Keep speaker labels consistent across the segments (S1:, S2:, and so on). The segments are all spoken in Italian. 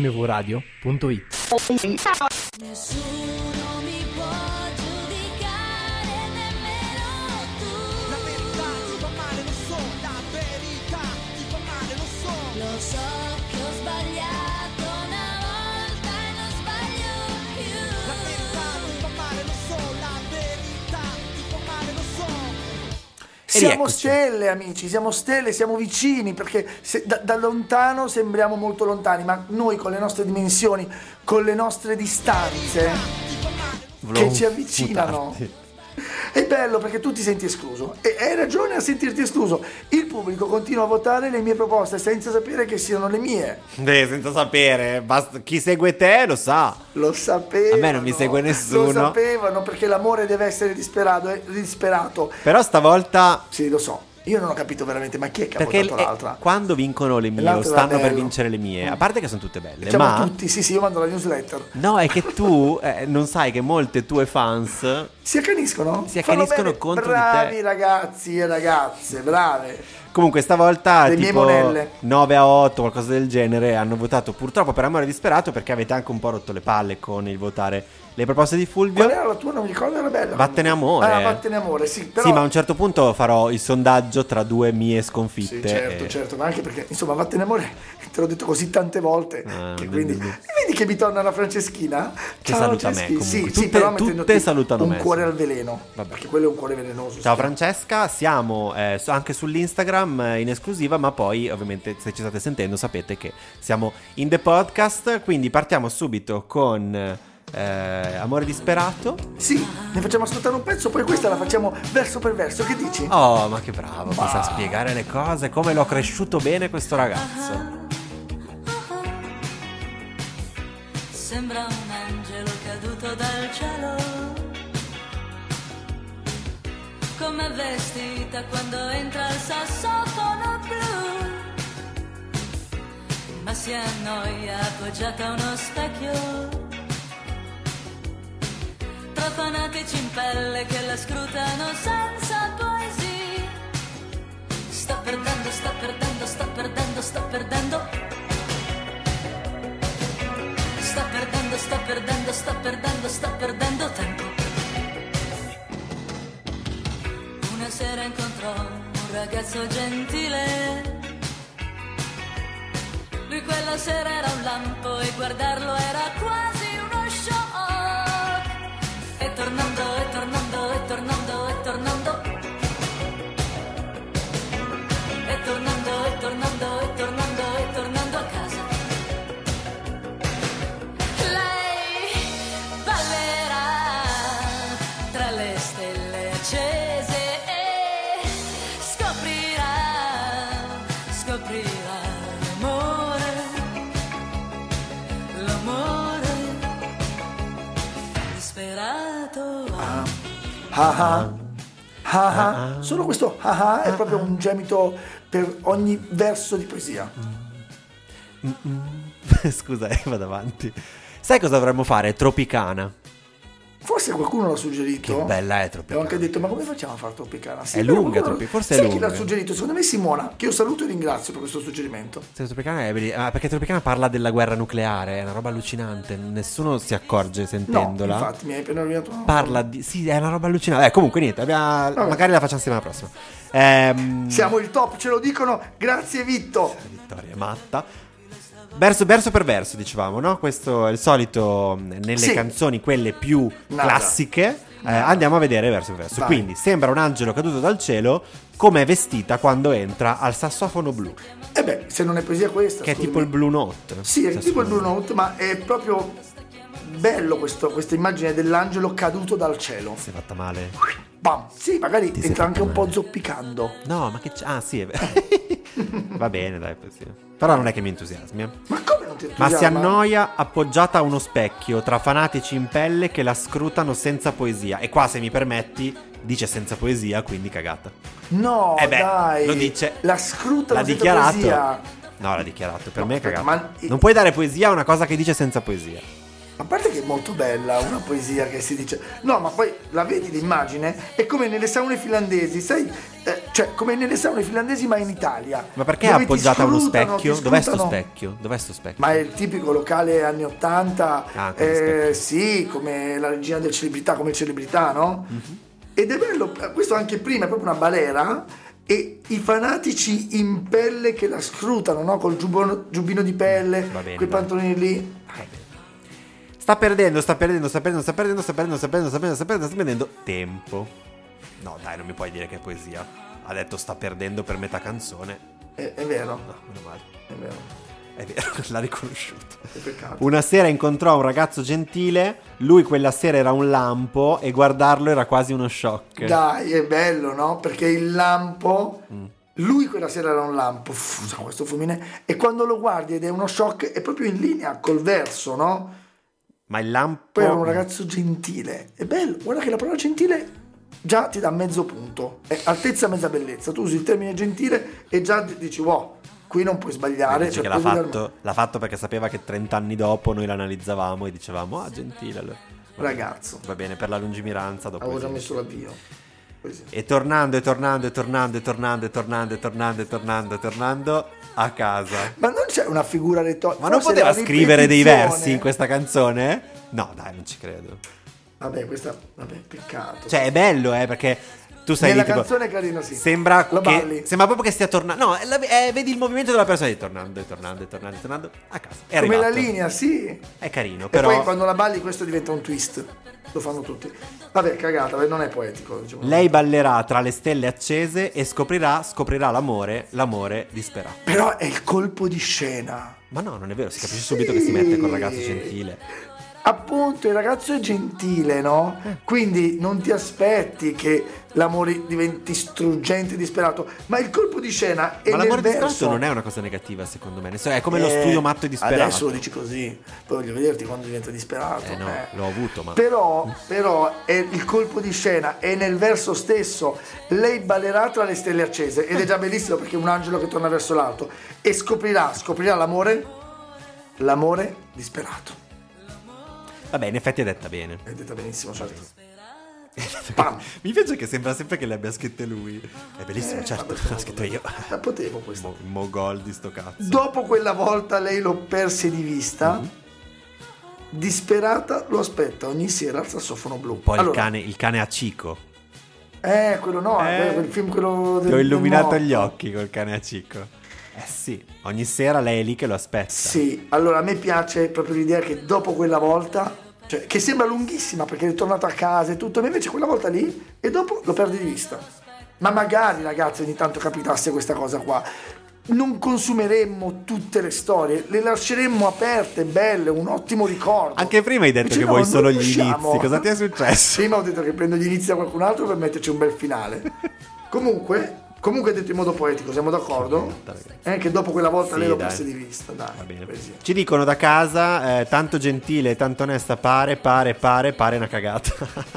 S1: mvradio.it
S2: Nessuno mi può giudicare, nemmeno tu.
S3: La verità ti fa male, lo so, la verità ti fa male, lo so.
S2: Lo so che ho sbagliato una volta e non sbaglio
S3: La verità ti fa
S2: più.
S3: male, lo so, la verità ti fa male, lo so.
S4: Siamo
S1: rieccoci.
S4: stelle, amici, siamo stelle, siamo vicini, perché se- da, da lontano sembriamo molto lontani, ma noi con le nostre dimensioni, con le nostre distanze, che ci avvicinano. È bello perché tu ti senti escluso e hai ragione a sentirti escluso. Il pubblico continua a votare le mie proposte senza sapere che siano le mie.
S5: Beh, senza sapere, basta- chi segue te lo sa.
S4: Lo sapevano.
S5: A me non mi segue nessuno.
S4: Lo sapevano perché l'amore deve essere disperato, eh, disperato.
S5: Però stavolta
S4: Sì, lo so. Io non ho capito veramente, ma chi è che
S5: perché
S4: ha
S5: eh,
S4: votato l'altra?
S5: quando vincono le mie o
S4: L'altra era
S5: stanno per
S4: bello.
S5: vincere le mie, a parte che sono tutte belle,
S4: Siamo
S5: ma
S4: Diciamo tutti, sì, sì, io mando la newsletter.
S5: no, è che tu eh, non sai che molte tue fans
S4: Si accaniscono?
S5: Si
S4: Fanno
S5: accaniscono
S4: bene.
S5: contro di
S4: Bravi
S5: te.
S4: ragazzi e ragazze, brave.
S5: Comunque stavolta
S4: Le mie
S5: tipo
S4: monelle.
S5: 9 a 8 qualcosa del genere hanno votato purtroppo per amore disperato perché avete anche un po' rotto le palle con il votare le proposte di Fulvio.
S4: Qual era la tua? Non mi ricordo, era bella.
S5: Vattene amore.
S4: Ah, vattene amore, sì. Però...
S5: Sì, ma a un certo punto farò il sondaggio tra due mie sconfitte. eh,
S4: Sì, certo,
S5: e-
S4: certo, ma anche perché, insomma, vattene amore, te l'ho detto così tante volte,
S5: Ah,
S4: che
S5: beh,
S4: quindi...
S5: beh, beh.
S4: E Vedi che mi torna la Franceschina?
S5: Che
S4: Ciao,
S5: saluta me,
S4: Franceschina. Sì,
S5: comunque.
S4: sì,
S5: Tutte-
S4: però
S5: tutte
S4: mettendoti
S5: salutano
S4: Un
S5: me,
S4: cuore
S5: sì.
S4: al veleno,
S5: Vabbè.
S4: perché quello è un cuore velenoso.
S5: Ciao
S4: sì.
S5: Francesca, siamo eh, su- anche sull'Instagram eh, in esclusiva, ma poi ovviamente se ci state sentendo sapete che siamo in the podcast, quindi partiamo subito con eh, Amore disperato.
S4: Sì, ne facciamo ascoltare un pezzo, poi questa la facciamo verso per verso, che dici?
S5: Oh, ma che bravo, che sa spiegare le cose, come l'ho cresciuto bene questo ragazzo.
S2: Ah, ah, ah. Sembra un angelo caduto dal cielo. Come è vestita quando entra il sassofono blu. Ma si annoia appoggiata a uno specchio. Tra fanatici in pelle che la scrutano senza poesie. Sta perdendo, sta perdendo, sta perdendo, sta perdendo. Sta perdendo, sta perdendo, sta perdendo, sta perdendo tempo. Una sera incontrò un ragazzo gentile. Lui quella sera era un lampo e guardarlo era quasi uno shock. E tornando, e tornando, e tornando, e tornando. E tornando, e tornando, e tornando, e tornando a casa. Lei ballerà tra le stelle accese e scoprirà, scoprirà l'amore, l'amore disperato.
S4: Ah ah. Ah ah. Solo questo ah ah è proprio un gemito per ogni verso di poesia.
S5: Mm. Scusa, eh, vado avanti. Sai cosa dovremmo fare? Tropicana.
S4: Forse qualcuno l'ha suggerito.
S5: Che bella è Tropicana.
S4: E ho anche detto, ma come facciamo a fare Tropicana? Sì,
S5: È
S4: però
S5: lunga,
S4: qualcuno-
S5: Tropi- forse è
S4: sai
S5: lunga.
S4: chi l'ha suggerito? Secondo me Simona, che io saluto e ringrazio per questo suggerimento.
S5: Sì, Tropicana è bellissima. Ah, perché Tropicana parla della guerra nucleare, è una roba allucinante, nessuno si accorge
S4: No,
S5: sentendola.
S4: infatti mi hai appena rovinato.
S5: Parla di... Sì, è una roba allucinante. Eh, comunque niente, abbiamo-
S4: Vabbè.
S5: magari la facciamo settimana prossima. Ehm,
S4: Siamo il top, ce lo dicono. Grazie Vitto.
S5: Vittoria matta. Verso, verso per verso, dicevamo, no? Questo è il solito mh, nelle
S4: Sì.
S5: canzoni, quelle più
S4: Nada.
S5: classiche. eh, andiamo a vedere verso per verso.
S4: Vai.
S5: Quindi sembra un angelo caduto dal cielo, come è vestita quando entra al sassofono blu,
S4: E beh, se non è poesia questa.
S5: che è
S4: scusami.
S5: tipo il Blue Note.
S4: Sì, è tipo
S5: Sassofono
S4: il Blue Note, ma è proprio bello questo- questa immagine dell'angelo caduto dal cielo.
S5: Si è fatta male.
S4: Bam. Sì, magari
S5: sei
S4: entra anche
S5: fatto
S4: un po'
S5: male.
S4: zoppicando.
S5: No, ma che c'è? Ah, sì, è vero. Va bene, dai, sì. Però non è che mi entusiasmi. eh.
S4: Ma come non ti
S5: Ma si
S4: entusiasma?
S5: annoia appoggiata a uno specchio tra fanatici in pelle che la scrutano senza poesia. E qua, se mi permetti, dice senza poesia, quindi cagata.
S4: No,
S5: eh beh,
S4: dai.
S5: lo dice.
S4: La scruta
S5: L'ha
S4: senza
S5: dichiarato.
S4: poesia.
S5: No, l'ha dichiarato. Per
S4: No,
S5: me è
S4: aspetta,
S5: cagata.
S4: ma-
S5: Non puoi dare poesia a una cosa che dice senza poesia.
S4: a parte che è molto bella una poesia che si dice, no, ma poi la vedi l'immagine, è come nelle saune finlandesi, sai, eh, cioè come nelle saune finlandesi ma in Italia.
S5: Ma perché è
S4: Dove ti
S5: appoggiata a uno
S4: scrutano,
S5: specchio?
S4: ti
S5: Dov'è sto
S4: scrutano.
S5: specchio? Dov'è sto specchio?
S4: Ma è il tipico locale anni 80,
S5: Ah, con gli
S4: eh,
S5: specchi.
S4: sì, come la regina del celebrità, come celebrità, no?
S5: Mhm.
S4: Ed è bello, eh, questo anche prima, è proprio una balera e i fanatici in pelle che la scrutano, no? Col giubbon- giubbino di pelle,
S5: Va bene,
S4: quei
S5: va.
S4: pantaloni lì.
S5: Sta perdendo, sta perdendo, sta perdendo, sta perdendo, sta perdendo, sta perdendo, sta perdendo, sta perdendo, sta perdendo tempo. No, dai, non mi puoi dire che è poesia. Ha detto sta perdendo per metà canzone.
S4: È, è vero,
S5: No, meno male.
S4: è vero,
S5: È vero, l'ha riconosciuto.
S4: è peccato.
S5: Una sera incontrò un ragazzo gentile, lui quella sera era un lampo e guardarlo era quasi uno shock.
S4: Dai, è bello, no? Perché il lampo...
S5: Mm.
S4: Lui quella sera era un lampo, f- usa questo fulmine, e quando lo guardi ed è uno shock, è proprio in linea col verso, no?
S5: Ma il lampo...
S4: Poi era un ragazzo gentile. È bello, guarda che la parola gentile già ti dà mezzo punto. È altezza mezza bellezza. Tu usi il termine gentile e già d- dici wow, qui non puoi sbagliare.
S5: Dice
S4: cioè,
S5: che l'ha
S4: puoi guidare-
S5: fatto, l'ha fatto perché sapeva che 30 anni dopo noi l'analizzavamo e dicevamo, ah, gentile. allora." Va bene.
S4: Ragazzo.
S5: Va bene, per la lungimiranza dopo...
S4: Avevo già
S5: esiste.
S4: messo l'avvio. Così.
S5: E tornando, e tornando, e tornando, e tornando, e tornando, e tornando, e tornando, e tornando a casa.
S4: Ma non c'è una figura retorica.
S5: Ma non poteva scrivere dei versi in questa canzone? No, dai, non ci credo.
S4: Vabbè, questa. Vabbè, peccato.
S5: Cioè, è bello, eh, perché tu sei
S4: Nella
S5: lì, tipo,
S4: canzone è carina, sì.
S5: Sembra,
S4: La
S5: che,
S4: balli.
S5: sembra proprio che stia tornando. No, è la- è- vedi il movimento della persona. E tornando, e tornando, e tornando, e tornando a casa. È
S4: Come la
S5: arrivato.
S4: linea, sì.
S5: È carino,
S4: E
S5: però.
S4: poi quando la balli questo diventa un twist. Lo fanno tutti. Vabbè, cagata, vabbè, non è poetico. Diciamo.
S5: Lei ballerà tra le stelle accese e scoprirà, scoprirà l'amore, l'amore disperato.
S4: Però è il colpo di scena.
S5: Ma no, non è vero, si capisce subito che si mette col ragazzo
S4: Sì.
S5: gentile.
S4: Appunto, il ragazzo è gentile, no?
S5: Eh.
S4: Quindi non ti aspetti che l'amore diventi struggente e disperato, ma il colpo di scena è
S5: Ma
S4: nel
S5: l'amore disperato
S4: verso.
S5: non è una cosa negativa, secondo me. Nel senso, È come lo
S4: Eh,
S5: studio matto e disperato.
S4: Adesso lo dici così, poi voglio vederti quando diventa disperato.
S5: Eh no, l'ho avuto, ma-
S4: Però, però è il colpo di scena è nel verso stesso. Lei ballerà tra le stelle accese ed è già bellissimo perché è un angelo che torna verso l'alto e scoprirà, scoprirà l'amore, l'amore disperato.
S5: Vabbè, in effetti è detta bene.
S4: È detta benissimo, certo. Pam!
S5: Mi piace che sembra sempre che le abbia scritte lui. È bellissimo, certo, l'ho scritto io. Boh.
S4: La potevo questa.
S5: Mo- Mogol di sto cazzo.
S4: Dopo quella volta lei lo perse di vista.
S5: Mm-hmm.
S4: Disperata lo aspetta ogni sera al sassofono blu.
S5: Poi il,
S4: Allora,
S5: cane, il cane a Cico.
S4: Eh, quello no,
S5: Eh,
S4: eh, quel film quello del
S5: Ti ho
S4: del
S5: illuminato
S4: mo-
S5: gli occhi col cane a Cico. Eh sì, ogni sera lei è lì che lo aspetta.
S4: Sì, allora a me piace proprio l'idea che dopo quella volta, cioè che sembra lunghissima perché è tornato a casa e tutto, ma invece quella volta lì e dopo lo perdi di vista. Ma magari ragazzi ogni tanto capitasse questa cosa qua. Non consumeremmo tutte le storie, le lasceremmo aperte, belle, un ottimo ricordo.
S5: Anche prima hai detto
S4: Invece
S5: che
S4: no,
S5: vuoi
S4: non
S5: solo gli
S4: riusciamo.
S5: inizi. Cosa ti è successo?
S4: Prima ho detto che prendo gli inizi da qualcun altro per metterci un bel finale. comunque, comunque detto in modo poetico, siamo d'accordo? Eh, che dopo quella volta
S5: Sì,
S4: lei lo
S5: dai.
S4: perse di vista, Ah, dai.
S5: Va bene.
S4: poesia.
S5: Ci dicono da casa, eh, tanto gentile, tanto onesta, pare, pare, pare, pare una cagata.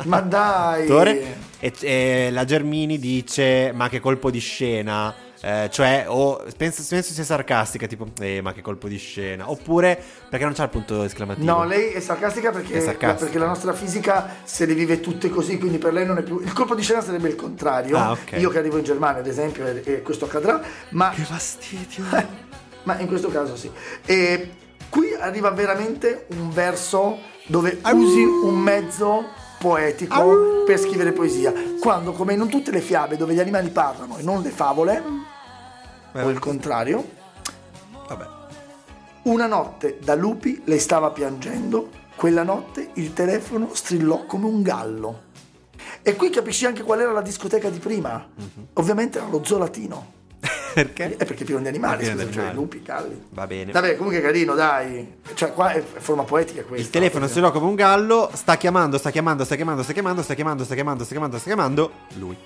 S4: Ma dai!
S5: attore. E, e la Germini dice: Ma che colpo di scena! Eh, cioè, o penso, penso sia sarcastica, tipo, eh, ma che colpo di scena. Oppure perché non c'ha il punto esclamativo.
S4: No, lei è sarcastica perché,
S5: È sarcastica.
S4: perché la nostra fisica se le vive tutte così, quindi per lei non è più. Il colpo di scena sarebbe il contrario.
S5: Ah, ok.
S4: Io che arrivo in Germania, ad esempio, e, e questo accadrà, ma,
S5: Che fastidio.
S4: ma in questo caso sì. E qui arriva veramente un verso dove
S5: Au.
S4: usi un mezzo poetico
S5: Au.
S4: per scrivere poesia. Quando, come in non tutte le fiabe dove gli animali parlano e non le favole,
S5: Eh.
S4: o il contrario,
S5: Vabbè.
S4: Una notte da lupi lei stava piangendo, quella notte il telefono strillò come un gallo. E qui capisci anche qual era la discoteca di prima.
S5: Mhm.
S4: Ovviamente era lo zoo latino.
S5: Perché?
S4: È perché è pieno di animali,
S5: È Eh? pieno
S4: scusa,
S5: di
S4: cioè
S5: animali.
S4: lupi, galli.
S5: Va bene.
S4: Vabbè, comunque è carino, dai. Cioè, qua è è forma poetica questa.
S5: Il telefono
S4: Proprio.
S5: se lo come un gallo. Sta chiamando, sta chiamando, sta chiamando, sta chiamando, sta chiamando, sta chiamando, sta chiamando, sta chiamando. Lui.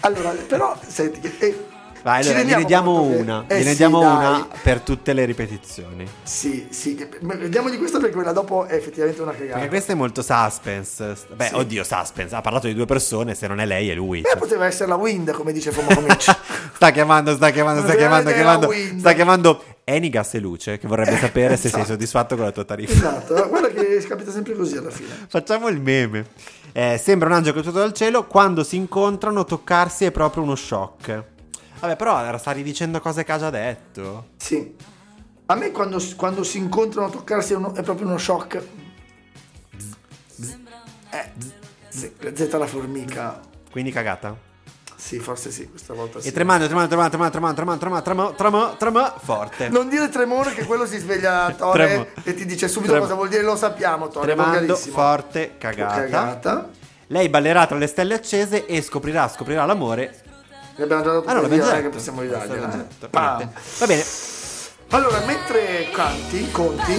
S4: Allora, però, senti, eh,
S5: Vai,
S4: ci
S5: allora,
S4: rendiamo
S5: gliene diamo
S4: conto che-
S5: una.
S4: eh
S5: gliene
S4: sì,
S5: diamo
S4: dai.
S5: una per tutte le ripetizioni.
S4: Sì, sì. che- ma Vediamo di questa perché quella dopo è effettivamente una cagata.
S5: Perché questo è molto suspense. Beh,
S4: Sì.
S5: oddio, suspense. Ha parlato di due persone. Se non è lei, è lui.
S4: Eh,
S5: Cioè.
S4: poteva essere la Wind, come dice Fomo Comici.
S5: sta chiamando, sta chiamando, sta
S4: Veramente
S5: chiamando,
S4: era
S5: chiamando
S4: Wind.
S5: sta chiamando Enigas e Luce che vorrebbe sapere se sei
S4: Esatto.
S5: soddisfatto con la tua tariffa.
S4: Esatto, guarda che capita sempre così alla fine.
S5: Facciamo il meme. Eh, sembra un angelo caduto dal cielo. Quando si incontrano, toccarsi è proprio uno shock. Vabbè, però allora sta ridicendo cose che ha già detto.
S4: Sì. A me quando, quando si incontrano a toccarsi è, uno- è proprio uno shock. Eh, Z, Z la formica.
S5: Quindi cagata.
S4: Sì, forse sì, questa volta sì.
S5: E tremando, tremando, tremando, tremando, tremando, tremando, tremando, tremando, tremando, forte.
S4: Non dire tremore che quello si sveglia Tore
S5: Tremo-
S4: e ti dice subito
S5: Tremo-
S4: cosa vuol dire, lo sappiamo Tore,
S5: Tremando,
S4: volgarissimo.
S5: forte, cagata.
S4: Cagata.
S5: Lei ballerà tra le stelle accese e scoprirà, scoprirà l'amore.
S4: Ne abbiamo già dato
S5: Ah, no,
S4: per dire,
S5: l'abbiamo
S4: non
S5: già
S4: è che
S5: detto.
S4: possiamo
S5: L'abbiamo già
S4: ridargliela. eh.
S5: detto.
S4: Pam.
S5: Niente. Va bene.
S4: Allora, mentre canti, conti,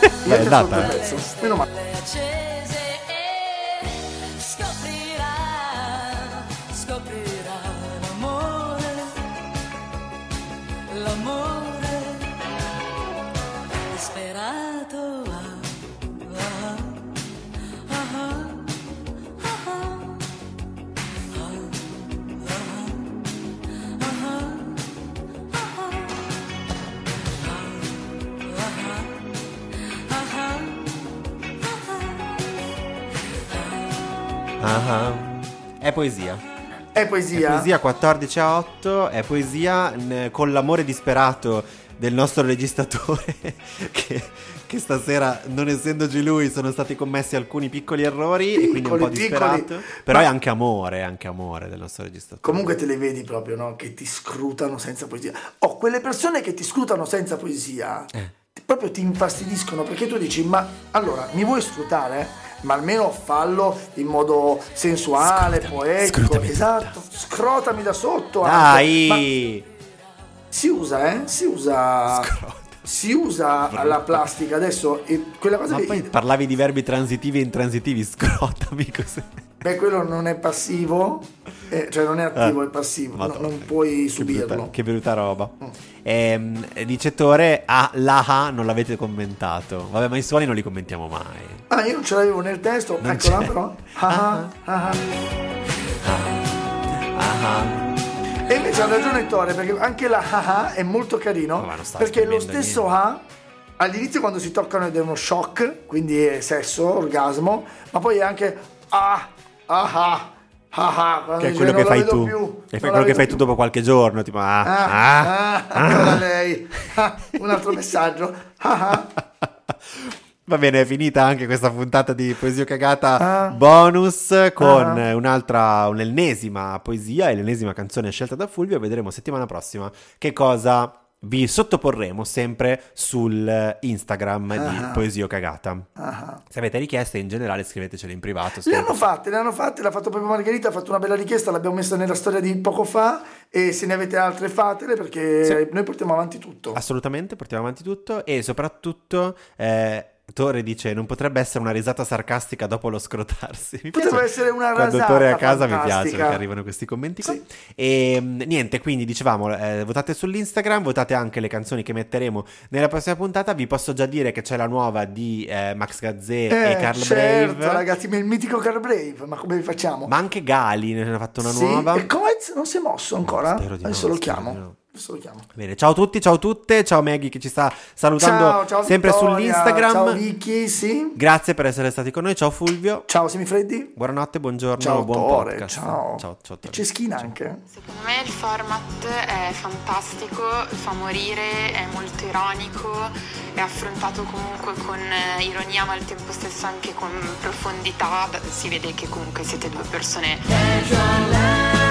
S5: Beh,
S4: mentre
S5: data,
S4: ascolto il
S5: eh.
S4: pezzo, meno male.
S2: accese e scoprirà, scoprirà l'amore, l'amore disperato. Ah, ah, ah, ah, ah, ah, ah, ah, ah.
S5: Ah ah. È poesia.
S4: È
S5: È
S4: poesia.
S5: poesia 14 a 8, è poesia n- con l'amore disperato del nostro registratore che, che stasera, non essendoci lui, sono stati commessi alcuni piccoli errori e quindi è un po'
S4: Piccoli, piccoli.
S5: disperato. Però
S4: Ma-
S5: è anche amore, è anche amore del nostro registratore.
S4: Comunque te le vedi proprio, no? Che ti scrutano senza poesia. Oh, quelle persone che ti scrutano senza poesia
S5: Eh.
S4: ti- proprio ti infastidiscono perché tu dici, ma allora mi vuoi scrutare? Ma almeno fallo in modo sensuale,
S5: Scrutami,
S4: poetico.
S5: scrutami
S4: esatto. Scrotami da sotto. anche. Ma
S5: Dai!
S4: si usa, eh? Si usa.
S5: Scrota.
S4: Si usa la plastica adesso. E quella cosa
S5: Ma
S4: che.
S5: poi parlavi di verbi transitivi e intransitivi, scrotami cos'è?
S4: Beh, quello non è passivo, eh, cioè non è attivo,
S5: Ah,
S4: è passivo, no,
S5: Madonna,
S4: non puoi
S5: che
S4: subirlo. Mm.
S5: brutta- che brutta roba. Ehm, ricettore, ah, la ah, non l'avete commentato. Vabbè, ma i suoni non li commentiamo mai.
S4: Ah, io non ce l'avevo nel testo, eccola
S5: c'è.
S4: però. Ah, ah, ah. E invece ha ragione Tore, perché anche la haha è molto carino,
S5: Ma non sta
S4: perché lo
S5: esprimendo
S4: stesso ha all'inizio quando si toccano ed è uno shock, quindi è sesso, orgasmo, ma poi è anche ah, ah, ah, ah, ah, quando
S5: Che è
S4: dice,
S5: quello
S4: "Non
S5: che
S4: la
S5: fai
S4: vedo
S5: tu.
S4: più,
S5: e
S4: non
S5: fai
S4: la
S5: quello che
S4: vedo
S5: fai
S4: più".
S5: tu dopo qualche giorno, tipo ah, ah,
S4: Ah, ah, ancora
S5: ah.
S4: lei. Ah, un altro messaggio. Ah, ah.
S5: Va bene, è finita anche questa puntata di Poesia Cagata bonus con
S4: Ah.
S5: eh, un'altra, un'ennesima poesia e l'ennesima canzone scelta da Fulvio. Vedremo settimana prossima che cosa vi sottoporremo sempre sul Instagram di
S4: Ah.
S5: Poesia Cagata.
S4: Ah.
S5: Se avete richieste in generale scrivetecele in privato.
S4: Le
S5: scrivete-
S4: hanno fatte, le hanno fatte, l'ha fatto proprio Margherita, ha fatto una bella richiesta, l'abbiamo messa nella storia di poco fa e se ne avete altre fatele perché
S5: Sì. Ah,
S4: noi portiamo avanti tutto.
S5: Assolutamente, portiamo avanti tutto e soprattutto eh, Tore dice non potrebbe essere una risata sarcastica dopo lo scrotarsi. Mi
S4: Potrebbe
S5: piace
S4: essere una
S5: Quando
S4: rasata
S5: Tore è a casa mi piace
S4: fantastica.
S5: perché arrivano questi commenti qua.
S4: Sì.
S5: E mh, niente, quindi dicevamo eh, votate sull'Instagram, votate anche le canzoni che metteremo nella prossima puntata. Vi posso già dire che c'è la nuova di eh, Max Gazzè e
S4: Eh,
S5: Carl
S4: certo,
S5: Brave.
S4: ragazzi, ma il mitico Carl Brave, ma come facciamo?
S5: Ma anche Gali ne ha fatto una
S4: Sì,
S5: nuova.
S4: E Coez non si è mosso ancora?
S5: Spero di no,
S4: Adesso lo
S5: spero
S4: chiamo.
S5: di no.
S4: Adesso lo chiamo.
S5: Bene, ciao a tutti, ciao a tutte, ciao Maggie che ci sta salutando
S4: Ciao, ciao
S5: sempre
S4: Vittoria,
S5: sull'Instagram.
S4: Ciao Vicky, sì.
S5: Grazie per essere stati con noi. Ciao Fulvio.
S4: Ciao Semifreddi.
S5: Buonanotte, buongiorno,
S4: Ciao
S5: buon
S4: Tore,
S5: podcast.
S4: ciao.
S5: ciao, ciao Tore.
S4: E Ceschina anche.
S1: Secondo me il format è fantastico, fa morire, è molto ironico, è affrontato comunque con eh, ironia ma al tempo stesso anche con profondità, si vede che comunque siete due persone